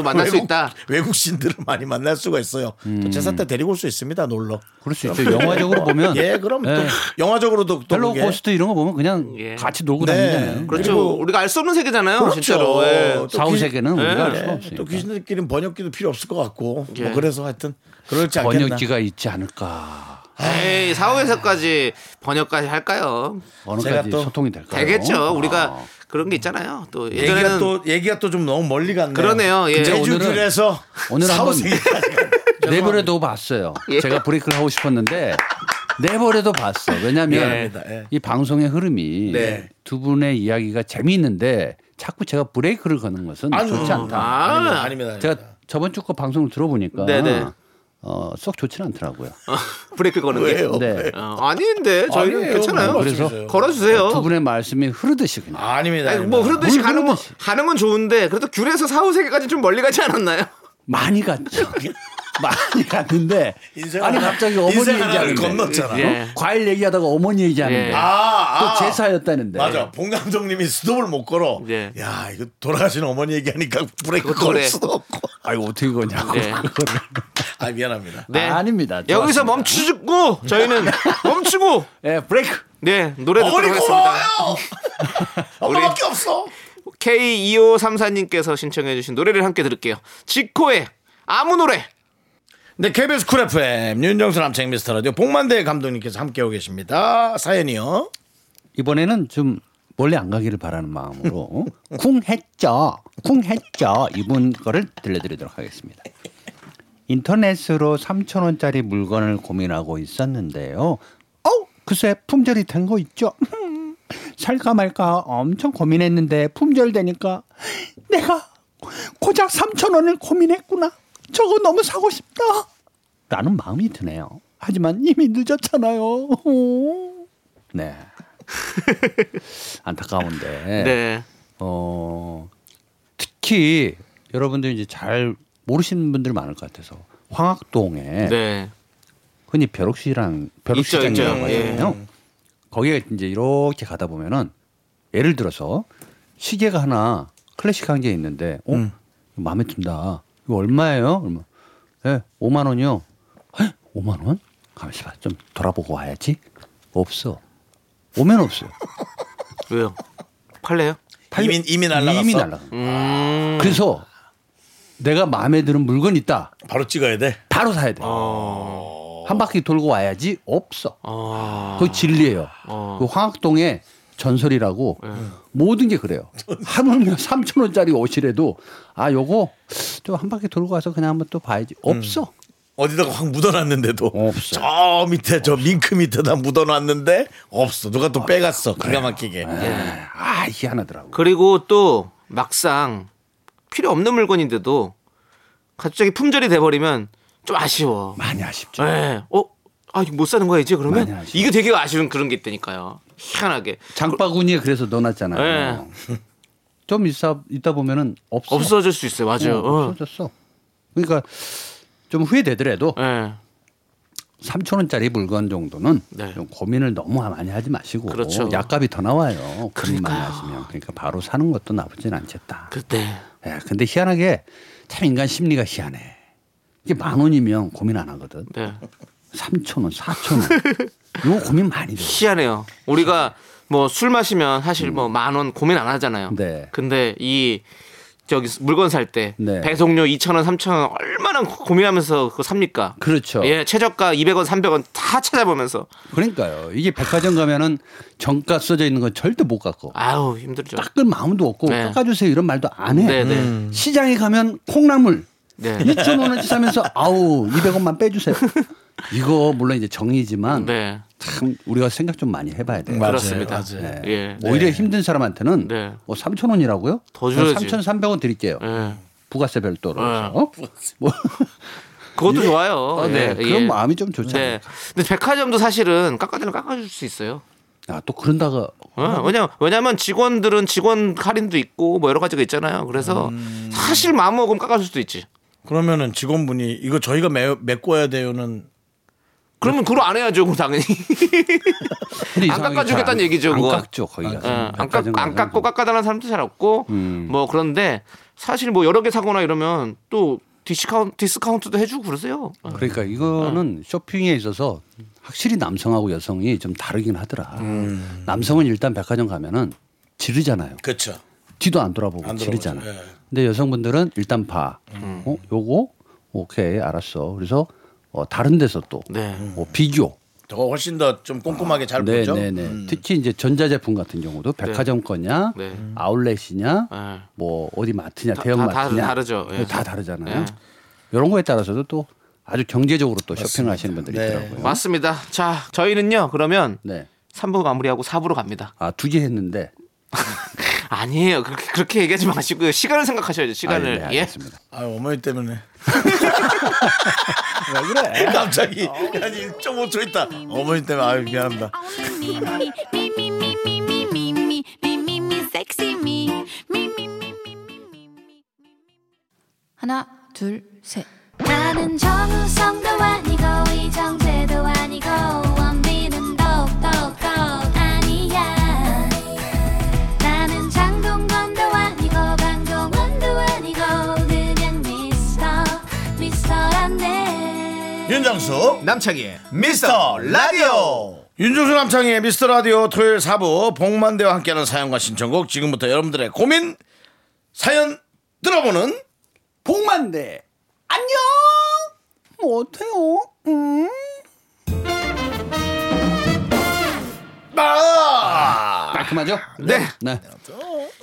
그
만날 수 있다.
외국신들을 많이 만날 수가 있어요. 또 제사 때 데리고 올 수 있습니다. 놀러.
음. 그럴 수 있죠. 영화적으로 보면 네.
예, 그럼 또 영화적으로도 또
헬로
그게-
고스트 이런 거 보면 그냥
예.
같이 놀고
네.
다니잖아요.
그렇죠.
그리고-
우리가 알 수 없는 세계잖아요.
그렇죠.
진짜로. 예.
또 귀-
사후 세계는 우리가 알
예,
수가 없으니까.
또 귀신들끼리는 번역기도 필요 없을 것 같고
예.
뭐 그래서 하여튼 그럴지 않겠나.
번역기가 있지 않을까.
아.
에이 사후에서까지 번역까지 할까요?
어느까지
또
소통이 될까요?
되겠죠. 우리가
아.
그런 게 있잖아요. 또
얘기가
예전에는
또 얘기가 또 좀 너무 멀리 갔네요.
그러네요. 예.
근데
제주
오늘은-
길에서
오늘 한번
사후세계까지
내버려도 네 봤어요.
예.
제가 브레이크를 하고 싶었는데 내버려도 봤어. 왜냐하면
미안합니다. 예.
이 방송의 흐름이
네.
두 분의 이야기가 재미있는데 자꾸 제가 브레이크를 거는 것은 좋지 않다.
아,
음. 아닙니다. 아닙니다.
제가 저번 주 거 방송을 들어보니까
네네.
어, 쏙 좋지는 않더라고요.
브레이크 거는 게.
왜요?
네.
어, 아닌데 저희는
아니에요.
괜찮아요.
뭐가
그래서
말씀이세요?
걸어주세요.
두 분의 말씀이 흐르듯이 그냥.
아닙니다.
아니, 뭐 흐르듯이
물
가는 건
흐르듯이.
가는 건 좋은데 그래도 귤에서 사후 세계까지 좀 멀리 가지 않았나요?
많이 갔죠. 많이 갔는데
인생
아니
하나-
갑자기 어머니
인생 하나를
얘기하는데 네.
건넜잖아.
예.
과일 얘기하다가 어머니 얘기하는데
예.
아, 아.
또 제사였다는데
맞아. 봉 감독님이 수도를 못 걸어.
네. 예.
야, 이거 돌아가신 어머니 얘기하니까 브레이크
그것도
걸
그래.
수도 없고.
아이고 어떻게 거냐고
네.
그거를.
아, 미안합니다.
네.
아닙니다.
여기서
좋았습니다.
멈추고 저희는 멈추고
예, 브레이크.
네 노래 듣도록
어머니
하겠습니다.
고마워요. 엄마밖에 없어.
K2534님께서 신청해주신 노래를 함께 들을게요. 지코의 아무 노래.
네, KBS 쿨 FM 윤정수 남창 미스터 라디오 복만대 감독님께서 함께하고 계십니다. 사연이요.
이번에는 좀 멀리 안 가기를 바라는 마음으로 쿵했죠. 쿵했죠. 이분 거를 들려드리도록 하겠습니다. 인터넷으로 3천 원짜리 물건을 고민하고 있었는데요. 어, 글쎄 품절이 된 거 있죠. 살까 말까 엄청 고민했는데 품절되니까 내가 고작 3천 원을 고민했구나. 저거 너무 사고 싶다. 라는 마음이 드네요. 하지만 이미 늦었잖아요. 네. 안타까운데.
네.
어, 특히 여러분들 이제 잘 모르시는 분들 많을 것 같아서 황학동에
네.
흔히 벼룩시장
있죠,
벼룩시장이라고
있죠. 예.
하잖아요. 거기에 이제 이렇게 가다 보면은 예를 들어서 시계가 하나 클래식한 게 있는데, 어 이거 마음에 든다. 이거 얼마예요? 얼마? 예, 5만 원이요. 헉, 5만 원? 가만있어 봐. 좀 돌아보고 와야지. 없어. 오면 없어요.
왜요? 팔래요?
이미 이미 날라갔어. 음.
이미 날라간 거야. 그래서 내가 마음에 드는 물건 있다.
바로 찍어야 돼.
바로 사야 돼.
어.
한 바퀴 돌고 와야지 없어.
아.
그게 진리예요.
어.
그 황학동의 전설이라고
예.
모든 게 그래요. 하물며 3천
음.
원짜리 옷이라도 아 요거 또 한 바퀴 돌고 와서 그냥 한번 또 봐야지 없어.
어디다가 확 묻어놨는데도
없어.
저 밑에 저 밍크 밑에다 묻어놨는데 없어. 누가 또 빼갔어. 기가 막히게.
네,
아 희한하더라고.
그리고 또 막상 필요 없는 물건인데도 갑자기 품절이 돼버리면 좀 아쉬워.
많이 아쉽죠.
예. 어? 아, 이거 못 사는 거야, 이제
많이
그러면?
아쉬워.
이게 되게 아쉬운 그런 게 있다니까요. 희한하게.
장바구니에 그래서 넣어놨잖아요.
예.
좀 있어 있다 보면은 없어.
없어질 수 있어요, 맞아요.
어,
어.
없어졌어. 그러니까 좀 후회되더라도
예.
3천 원짜리 물건 정도는
네.
좀 고민을 너무 많이 하지 마시고
그렇죠.
약값이 더 나와요. 고민 많이 하시면 그러니까 바로 사는 것도 나쁘진 않겠다.
그때. 네.
예, 근데 희한하게 참 인간 심리가 희한해. 이게 만 원이면 고민 안 하거든.
네.
3천 원, 4천 원. 이거 고민 많이
예.
돼.
희한해요. 우리가 뭐 술 마시면 사실 뭐 만 원 고민 안 하잖아요.
음. 네.
근데 이 저기 물건 살 때
네.
배송료 2,000원, 3,000원 얼마나 고- 고민하면서 그거 삽니까?
그렇죠.
예, 최저가 200원, 300원 다 찾아보면서
그러니까요. 이게 백화점 가면은 정가 써져 있는 건 절대 못 갖고.
아우 힘들죠.
깎을 마음도 없고
네.
깎아주세요 이런 말도 안 해.
네, 네.
음.
시장에 가면 콩나물
네.
2천 원어치 사면서 아우 200원만 빼주세요. 이거 물론 이제 정리지만
네,
참 우리가 생각 좀 많이 해봐야 돼요. 네.
그렇습니다.
맞아요. 네.
예.
오히려 힘든 사람한테는
네.
어, 3천 원이라고요?
더 줘야지. 네.
3,300원 드릴게요.
예.
부가세 별도로. 해서. 뭐,
그것도 좋아요.
어, 네.
예,
그런
예.
마음이 좀 좋지
네.
않을까.
근데 백화점도 사실은 깎아주면 깎아줄 수 있어요.
아, 또 그런다가
어, 왜냐 왜냐면 직원들은 직원 할인도 있고 뭐 여러 가지가 있잖아요. 그래서 사실 마음 먹으면 깎아줄 수도 있지.
그러면은 직원분이 이거 저희가 매, 메꿔야 돼요는
그러면 그걸 안 해야죠, 그럼 당연히.
근데
안
이상하게
깎아주겠다는
잘안
얘기죠,
안
그건.
깎죠 거기 가서.
예, 안, 깎,
백화점
안
가서.
깎고 깎아달라는 사람도 잘 없고 뭐 그런데 사실 뭐 여러 개 사거나 이러면 또 디스카운, 디스카운트도 해주고 그러세요. 어.
그러니까 이거는 쇼핑에 있어서 확실히 남성하고 여성이 좀 다르긴 하더라.
음.
남성은 일단 백화점 가면은 지르잖아요.
그렇죠.
뒤도 안 돌아보고
안 돌아보죠. 음.
지르잖아.
예.
근데 여성분들은 일단 봐. 어, 요거 오케이 알았어. 그래서 어, 다른 데서 또
네.
어, 비교.
더 훨씬 더 좀 꼼꼼하게 잘
네,
보죠. 음.
네, 네. 특히 이제 전자제품 같은 경우도 백화점 거냐,
네.
아울렛이냐,
네.
뭐 어디 마트냐,
다-
대형
다- 다
마트냐
다르죠. 예.
다 다르잖아요.
예.
이런 거에 따라서도 또 아주 경제적으로 또 쇼핑하시는 분들이
네.
있더라고요.
맞습니다. 자, 저희는요, 그러면
네.
3부 마무리하고 4부로 갑니다.
아, 두 개 했는데.
네. 아니에요. 그렇게, 그렇게 얘기하지 마시고요. 시간을 생각하셔야죠, 시간을.
아,
예.
알겠습니다.
아 어머니 때문에. 왜 그래? 갑자기 한 1.5초 있다. 어머니 때문에 아유 미안합니다.
Only me, me, me, me, me, me, me, me, me, me, me, sexy me, me, me, me, me, me, me, me.
하나, 둘, 셋.
나는 정우성도 아니고 이정재도 아니고 원빈은 더욱더 아니야 나는 장동건도 아니고 강동원도 아니고 그냥 미스터 미스터란데
윤정수 남창희의 미스터 라디오
윤종수 남창의 미스터 라디오 토요일 4부 복만대와 함께하는 사연과 신청곡 지금부터 여러분들의 고민 사연 들어보는
복만대. 안녕. 못해요. 음.
나
깔끔하죠?
네.
네.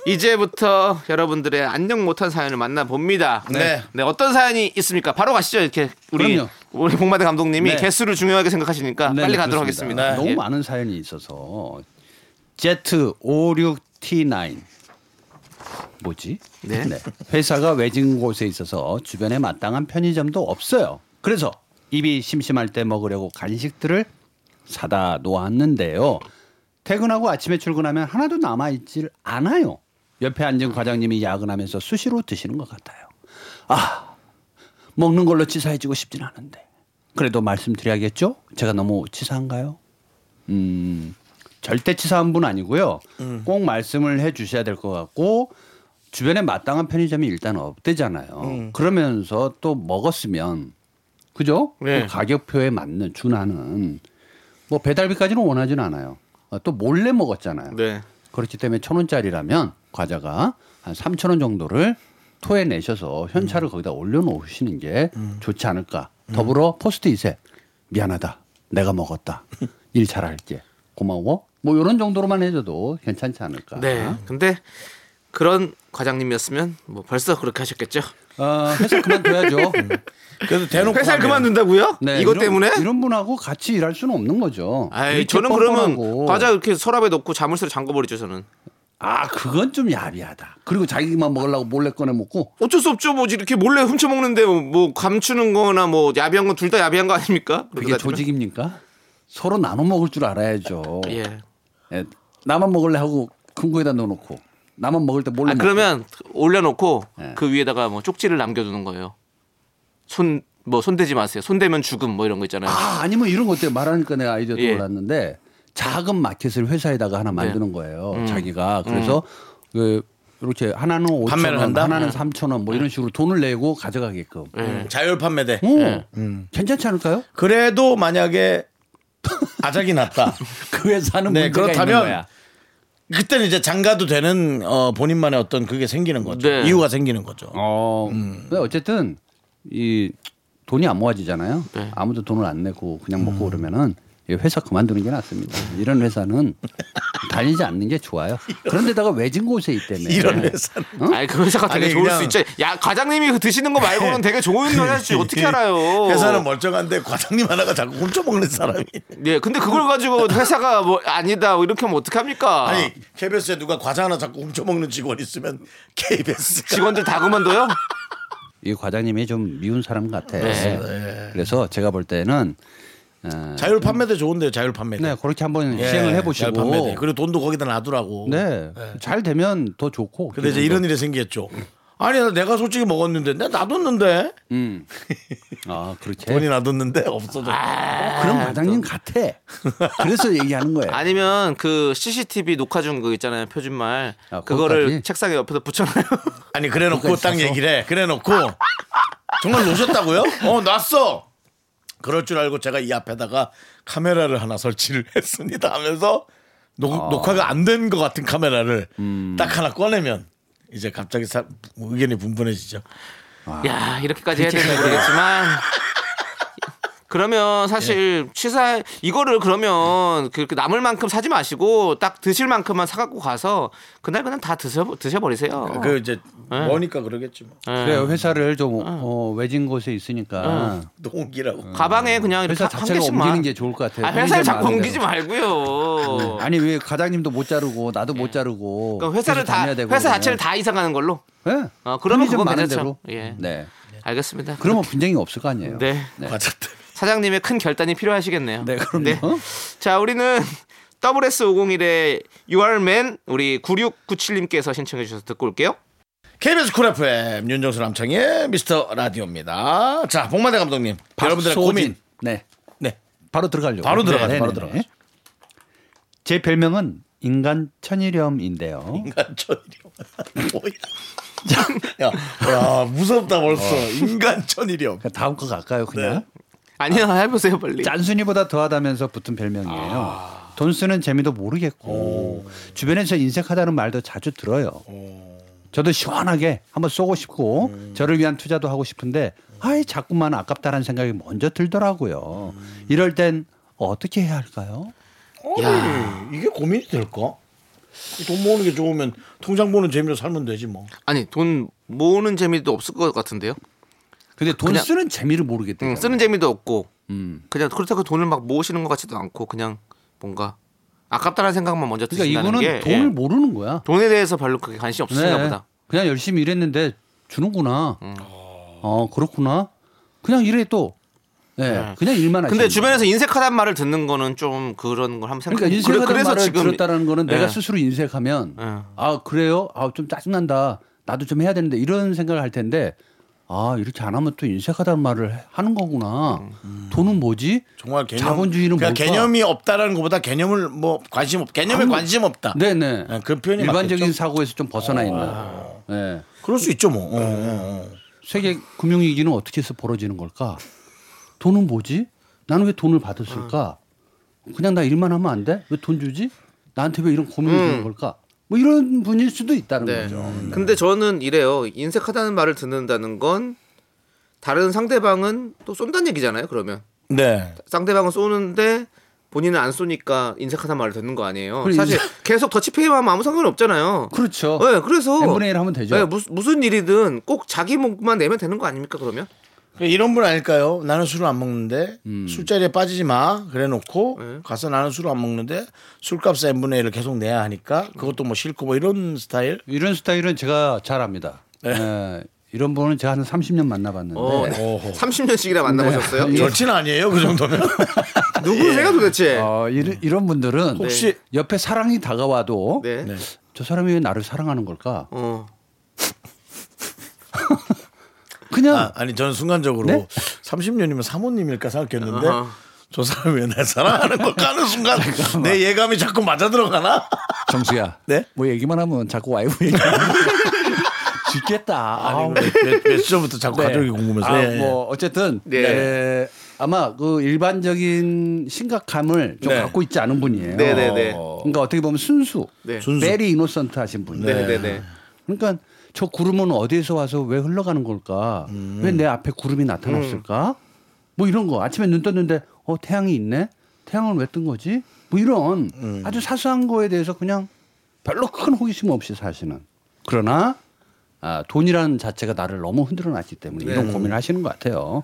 이제부터 여러분들의 안녕 못한 사연을 만나봅니다.
네.
네, 어떤 사연이 있습니까? 바로 가시죠. 이렇게 우리
그럼요.
우리 복마대 감독님이
네.
개수를 중요하게 생각하시니까
네,
빨리
네,
가도록
그렇습니다.
하겠습니다.
너무
예.
많은 사연이 있어서 Z56T9 뭐지?
네.
회사가 외진 곳에 있어서 주변에 마땅한 편의점도 없어요. 그래서 입이 심심할 때 먹으려고 간식들을 사다 놓았는데요. 퇴근하고 아침에 출근하면 하나도 남아 있질 않아요. 옆에 앉은 과장님이 야근하면서 수시로 드시는 것 같아요. 아, 먹는 걸로 치사해지고 싶진 않은데 그래도 말씀드려야겠죠? 제가 너무 치사한가요? 음 절대 치사한 분 아니고요. 꼭 말씀을 해주셔야 될 것 같고 주변에 마땅한 편의점이 일단 없대잖아요. 그러면서 또 먹었으면 그죠?
네.
그 가격표에 맞는 준하는 뭐 배달비까지는 원하진 않아요. 어, 또 몰래 먹었잖아요.
네.
그렇기 때문에 천 원짜리라면 과자가 한 삼천 원 정도를 토해내셔서 현찰을 거기다 올려놓으시는 게 좋지 않을까. 더불어 포스트잇에 미안하다. 내가 먹었다. 일 잘할게. 고마워. 뭐 이런 정도로만 해줘도
네.
괜찮지 않을까.
네. 근데 그런 과장님이었으면 뭐 벌써 그렇게 하셨겠죠?
어, 회사 그만둬야죠.
음.
네,
그래도 대놓고
회사를
하면.
네. 그만둔다고요? 이것
이런-
때문에?
이런 분하고 같이 일할 수는 없는 거죠.
아이,
이렇게
저는 그러면
뻔뻔하고.
과자 이렇게 서랍에 넣고 자물쇠로 잠궈버리죠 저는.
아 그건 좀 야비하다. 그리고 자기만 먹으려고 몰래 꺼내 먹고
어쩔 수 없죠. 뭐 이렇게 몰래 훔쳐 먹는데 뭐, 뭐 감추는 거나 뭐 야비한 건 둘 다 야비한 거 아닙니까?
그렇죠.
그게
그렇게 따지면.
조직입니까? 서로 나눠 먹을 줄 알아야죠.
예.
예, 나만 먹을래 하고 큰 거에다 넣어놓고 나만 먹을 때 몰래
아,
먹고.
그러면 올려놓고
예.
그 위에다가 뭐 쪽지를 남겨두는 거예요. 손 뭐 손대지 마세요. 손대면 죽음 뭐 이런 거 있잖아요.
아 아니면 이런 거 때문에 말하니까 내 아이디어
예.
떠올랐는데 작은 마켓을 회사에다가
네.
하나 만드는 거예요.
음.
자기가 그래서 그 이렇게 하나는 5천
판매를
원,
한다? 네.
하나는 3천 원뭐 이런 식으로 돈을 내고 가져가게끔.
예.
음, 자율 판매대.
오,
네.
괜찮지
음.
않을까요?
그래도 만약에 아작이 났다.
그 회사는
네,
문제가
그렇다면
있는 거야.
그때는 이제 장가도 되는 어, 본인만의 어떤 그게 생기는 거죠.
네.
이유가 생기는 거죠.
어,
음.
근데 어쨌든 이 돈이 안 모아지잖아요.
네.
아무도 돈을 안 내고 그냥 먹고
음.
그러면은 이 회사 그만두는 게 낫습니다. 이런 회사는 다니지 않는 게 좋아요. 그런데다가 외진 곳에 있다며.
네.
이런 회사는
아니 그 회사가 되게
아니,
좋을
그냥-
수 있죠. 야 과장님이 그 드시는 거 말고는 되게 좋은 회사지 어떻게 알아요?
회사는 뭐 멀쩡한데 과장님 하나가 자꾸 훔쳐먹는 사람이.
예, 근데 그걸 가지고 회사가 뭐 아니다 뭐 이렇게 하면 어떡 합니까?
아니 KBS에 누가 과자 하나 자꾸 훔쳐먹는 직원 있으면 KBS 가
직원들 다 그만둬요?
이 과장님이 좀 미운 사람 같아.
그렇습니다.
그래서 제가 볼 때는 어,
네. 자율 판매대 좋은데요. 자율 판매대.
네 그렇게 한번
예,
시행을
자율 판매대.
해보시고.
그리고 돈도 거기다 놔두라고.
네, 잘 되면 더 좋고.
근데 이제 이런 일이 생겼죠. 아니 나 내가 솔직히 먹었는데 내가 놔뒀는데
음. 아 그렇게.
돈이 놔뒀는데 없어져.
그런 과장님 같아. 그래서 얘기하는 거예요.
아니면 그 CCTV 녹화 중 그 있잖아요 표준말
아,
그거를
그것까지?
책상에 옆에다 붙여놔요.
아니 그래놓고
그러니까
딱
있어서.
얘기를 해. 그래놓고 정말 놓으셨다고요? 어 놨어. 그럴 줄 알고 제가 이 앞에다가 카메라를 하나 설치를 했습니다 하면서 녹,
아.
녹화가 안 된 것 같은 카메라를
음.
딱 하나 꺼내면 이제 갑자기 사- 의견이 분분해지죠.
아.
야 이렇게까지 해야 되는지 모르겠지만 그러면 사실
예.
취사 이거를 그러면 그렇게 남을 만큼 사지 마시고 딱 드실 만큼만 사갖고 가서 그날 그날 다 드셔 드셔버리세요.
그 이제
네.
뭐니까 그러겠지 뭐.
예.
아, 그래요. 회사를 좀 어, 외진 곳에 있으니까
농기라고.
가방에 그냥 이렇게
회사
한- 한
자체가
개씩만.
옮기는 게 좋을 것 같아요.
아, 회사를
편의점
자꾸
아는
옮기지
데로.
말고요.
아니 왜 과장님도 못 자르고 나도 못 자르고
그러니까 회사를
계속
다
다녀야
회사
되고
자체를 다 이사가는 걸로.
그러면. 예?
어, 그러면
편의점
그건
많은
괜찮죠.
데로.
예.
네.
알겠습니다.
그러면 분쟁이 없을 거 아니에요.
네.
과자 때문에.
사장님의 큰 결단이 필요하시겠네요.
네, 그럼요.
자, 우리는 WS501의 You Are Man 우리 9697님께서 신청해 주셔서 듣고 올게요.
KBS 쿨 FM 윤정수 남창의 미스터 라디오입니다. 자 복만대 감독님 여러분들의
박소진.
고민
네.
네.
바로 들어가려고.
바로 들어가죠,
네, 네,
바로
네,
들어가죠.
네. 제 별명은 인간 천일염인데요.
인간 천일이요. 뭐야? 야, 야 무섭다 벌써 인간 천일이요.
그러니까 다음 거 갈까요, 그냥?
네.
아니요, 해보세요 빨리.
짠순이보다 더하다면서 붙은 별명이에요.
아.
돈 쓰는 재미도 모르겠고 주변에서 인색하다는 말도 자주 들어요. 저도 시원하게 한번 쏘고 싶고
음.
저를 위한 투자도 하고 싶은데 아이 자꾸만 아깝다는 생각이 먼저 들더라고요.
음.
이럴 땐 어떻게 해야 할까요?
야 이게 고민이 될까? 돈 모으는 게 좋으면 통장 보는 재미로 살면 되지 뭐.
아니 돈 모으는 재미도 없을 것 같은데요.
근데 돈
그냥-
쓰는 재미를 모르겠대요. 음.
응, 쓰는 재미도 없고 그냥 그렇다고 돈을 막 모으시는 것 같지도 않고 그냥 뭔가 아깝다는 생각만 먼저
그러니까
드신다는
이거는
게
돈을
예.
모르는 거야.
돈에 대해서 별로 그렇게 관심 없으신가
네.
보다. 음.
그냥 열심히 일했는데 주는구나. 어 그렇구나. 그냥 일해 또. 네,
네.
그냥 일만 하시
근데 주변에서 인색하다는 말을 듣는 거는 좀 그런 걸 한번 생각해.
그러니까 인색하다는 말을 들었다는 거는
예.
내가 스스로 인색하면
예.
아 그래요? 아 좀 짜증난다. 나도 좀 해야 되는데 이런 생각을 할 텐데 아 이렇게 안 하면 또 인색하다는 말을 해- 하는 거구나. 돈은 뭐지?
음. 정말 개념
자본주의는
그러니까
뭘까?
개념이 없다라는 것보다 개념을 뭐 관심 없 개념에 관심 없다.
네네.
아, 그 표현이
일반적인
맞겠죠?
사고에서 좀 벗어나 있는. 예.
그럴 수 있죠 뭐. 어, 어, 어.
세계 금융위기는 어떻게 해서 벌어지는 걸까? 돈은 뭐지? 나는 왜 돈을 받았을까? 그냥 나 일만 하면 안 돼? 왜 돈 주지? 나한테 왜 이런 고민이 드는 걸까? 뭐 이런 분일 수도 있다는
음. 네.
거죠.
근데 저는 이래요. 인색하다는 말을 듣는다는 건 다른 상대방은 또 쏜다는 얘기잖아요. 그러면
네.
상대방은 쏘는데 본인은 안 쏘니까 인색하단 말을 듣는 거 아니에요.
그래,
사실
인색-
계속 더치페이만 하면 아무 상관이 없잖아요.
그렇죠.
네, 그래서
N분의 1 하면 되죠.
네, 무슨, 무슨 일이든 꼭 자기 목만 내면 되는 거 아닙니까 그러면?
이런 분 아닐까요? 나는 술을 안 먹는데
음.
술자리에 빠지지 마 그래 놓고
네.
가서 나는 술을 안 먹는데 술값 N분의 1을 계속 내야 하니까 그것도 뭐 싫고 뭐 이런 스타일
이런 스타일은 제가 잘 압니다.
네.
예, 이런 분은 제가 한 30년 만나봤는데
어,
오호.
30년씩이나 만나보셨어요?
네.
절친 아니에요 그 정도면
누구세요 도대체?
어, 이런, 이런 분들은
혹시
옆에 사랑이 다가와도
네.
네.
저 사람이 왜 나를 사랑하는 걸까?
어.
그냥
아, 아니 저는 순간적으로
네?
30년이면 사모님일까 생각했는데
아하.
저 사람이 왜날 사랑하는 걸까 하는 순간 내 예감이 자꾸 맞아 들어가나?
정수야.
네?
뭐 얘기만 하면 자꾸 와이프 얘기. 죽겠다. 아우.
몇, 몇 시부터 뭐 자꾸
네.
가족이 궁금해서
아,
예, 예.
뭐 어쨌든
네.
예, 아마 그 일반적인 심각함을 좀
네.
갖고 있지 않은 분이에요.
네, 네, 네.
그러니까 어떻게 보면 순수,
네.
순수.
베리 이노선트 하신 분이에요.
네, 네, 네.
그러니까 저 구름은 어디에서 와서 왜 흘러가는 걸까? 왜 내 앞에 구름이 나타났을까? 뭐 이런 거. 아침에 눈 떴는데 어 태양이 있네. 태양은 왜 뜬 거지? 뭐 이런 아주 사소한 거에 대해서 그냥 별로 큰 호기심 없이 사시는. 그러나 아, 돈이라는 자체가 나를 너무 흔들어 놨기 때문에 이런 고민을 하시는 것 같아요.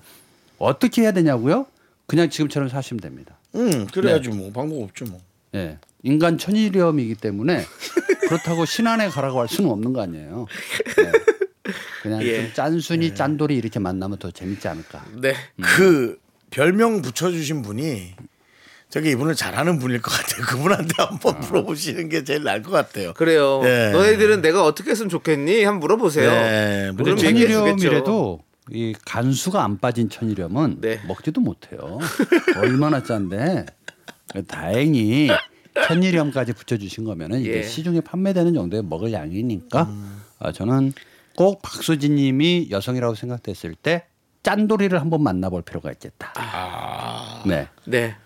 어떻게 해야 되냐고요? 그냥 지금처럼 사시면 됩니다.
음, 그래야지 뭐 방법 없죠 뭐.
예. 인간 천일염이기 때문에 그렇다고 신안에 가라고 할 수는 없는 거 아니에요. 예. 그냥
예.
좀 짠순이 짠돌이 이렇게 만나면 더 재밌지 않을까.
네.
그 별명 붙여주신 분이 되게 이분을 잘하는 분일 것 같아요. 그분한테 한번 물어보시는 게 제일 나을 것 같아요.
그래요.
예.
너희들은 내가 어떻게 했으면 좋겠니? 한번 물어보세요.
네,
근데
물으면 뭐 얘기해주겠죠.
천일염이라도 이 간수가 안 빠진 천일염은
네.
먹지도 못해요. 얼마나 짠데. 다행히 천일염까지 붙여주신 거면은
예.
이게 시중에 판매되는 정도의 먹을 양이니까 아, 저는 꼭 박수진님이 여성이라고 생각됐을 때 짠돌이를 한번 만나볼 필요가 있겠다. 네.
네.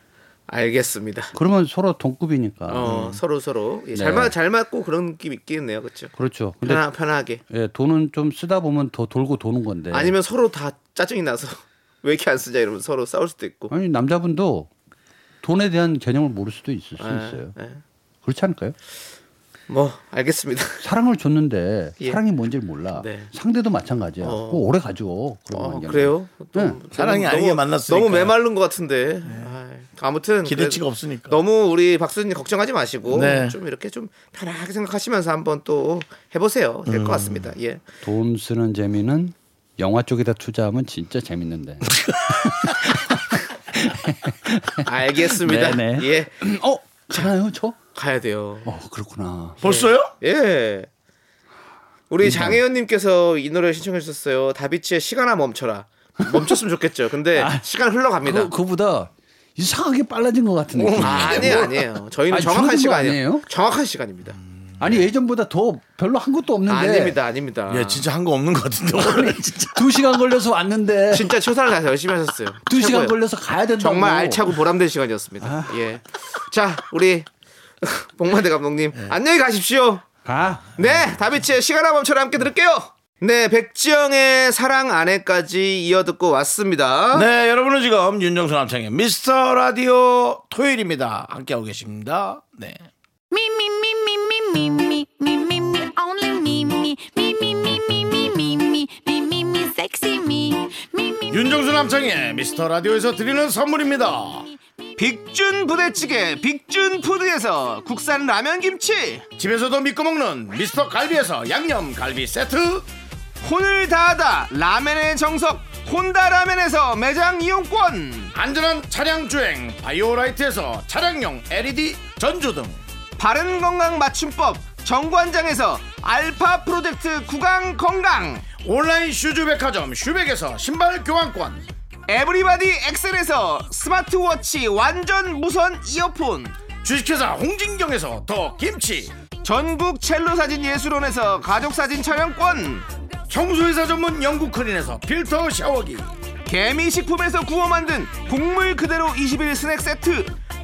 알겠습니다.
그러면 서로 동급이니까.
어,
음.
서로 서로 예, 잘,
네.
맞, 잘 맞고 그런 느낌 있겠네요. 그렇죠.
그렇죠. 근데
편하, 편하게.
예, 돈은 좀 쓰다 보면 더 돌고 도는
네.
건데.
아니면 서로 다 짜증이 나서 왜 이렇게 안 쓰자 이러면 서로 싸울 수도 있고.
아니, 남자분도 돈에 대한 개념을 모를 수도 있을
아,
수
예,
있어요.
예.
그렇지 않을까요?
뭐 알겠습니다.
사랑을 줬는데
예.
사랑이 뭔지 를 몰라.
네.
상대도 마찬가지야.
어.
뭐 오래 가죠. 그런
어,
관계는.
그래요? 또
네.
사랑이 아니게 만났으니까. 네.
너무 메마른 것 같은데. 아이, 아무튼
기대치가
그래도
없으니까.
너무 우리 박수님 걱정하지 마시고
네.
좀 이렇게 좀 편하게 생각하시면서 한번 또 해보세요. 될 것
음.
같습니다. 예.
돈 쓰는 재미는 영화 쪽에다 투자하면 진짜 재밌는데.
알겠습니다.
네네.
예.
어, 가나요, 저?
가야 돼요.
어, 그렇구나.
벌써요?
예. 우리 장혜연님께서 이 노래 를 신청해 주셨어요. 다비치의 시간아 멈춰라. 멈췄으면 좋겠죠. 근데 시간 흘러갑니다.
그, 그보다 이상하게 빨라진 것 같은 느낌.
아, 니에요 아니에요. 저희는 정확한
아니, 줄어든 거
시간이에요.
아니에요? 음,
정확한 시간입니다.
아니 예전보다 더 별로 한 것도 없는데.
아닙니다, 아닙니다.
예, 진짜 한 거 없는 것 같은데 오늘 진짜.
두 시간 걸려서 왔는데
진짜 최선을 다해서 열심히 하셨어요.
두 시간
최고예요.
걸려서 가야 된다고. 아.
정말 알차고 보람된 시간이었습니다. 예. 자, 우리 복만대 감독님
네.
안녕히 가십시오.
가.
네, 다비치의 시간아 멈춰라 함께 들을게요. 네, 백지영의 사랑 아내까지 이어듣고 왔습니다.
네, 여러분은 지금 윤정수 남창의 미스터 라디오 토요일입니다. 함께하고 계십니다. 네.
Me, me, me, me, me, me, me, me, me, me, only me, me, me, me, me, me, me, me, me, me, me, me, sexy me, me, me,
윤정수 남창의 미스터 라디오에서 드리는 선물입니다.
빅준 부대찌개 빅준 푸드에서 국산 라면 김치
집에서도 믿고 먹는 미스터 갈비에서 양념 갈비 세트.
혼을 다하다 라면의 정석 혼다 라면에서 매장 이용권
안전한 차량 주행 바이오라이트에서 차량용 LED 전조 등
바른 건강 맞춤법 정관장에서 알파 프로젝트 구강 건강
온라인 슈즈 백화점 슈백에서 신발 교환권
에브리바디 엑셀에서 스마트워치 완전 무선 이어폰
주식회사 홍진경에서 더 김치
전국 첼로 사진 예술원에서 가족 사진 촬영권
청소회사 전문 영국 크린에서 필터 샤워기
개미 식품에서 구워 만든 곡물 그대로 21 스낵 세트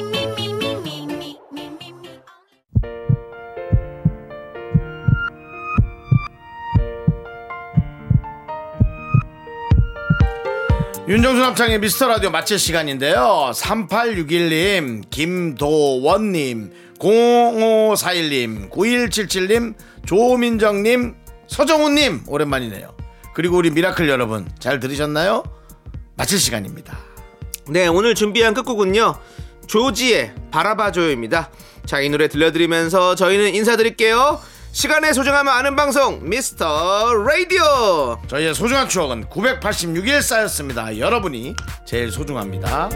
me, me, me, me, me, me, me.
윤정수 남창의 미스터 라디오 마칠 시간인데요. 3861님, 김도원님, 0541님, 9177님, 조민정님, 서정훈님, 오랜만이네요. 그리고 우리 미라클 여러분, 잘 들으셨나요? 마칠 시간입니다.
네, 오늘 준비한 끝곡은요. 조지의 바라봐줘요입니다. 자, 이 노래 들려드리면서 저희는 인사드릴게요. 시간의 소중함을 아는 방송 미스터 라디오.
저희의 소중한 추억은 986일 쌓였습니다. 여러분이 제일 소중합니다.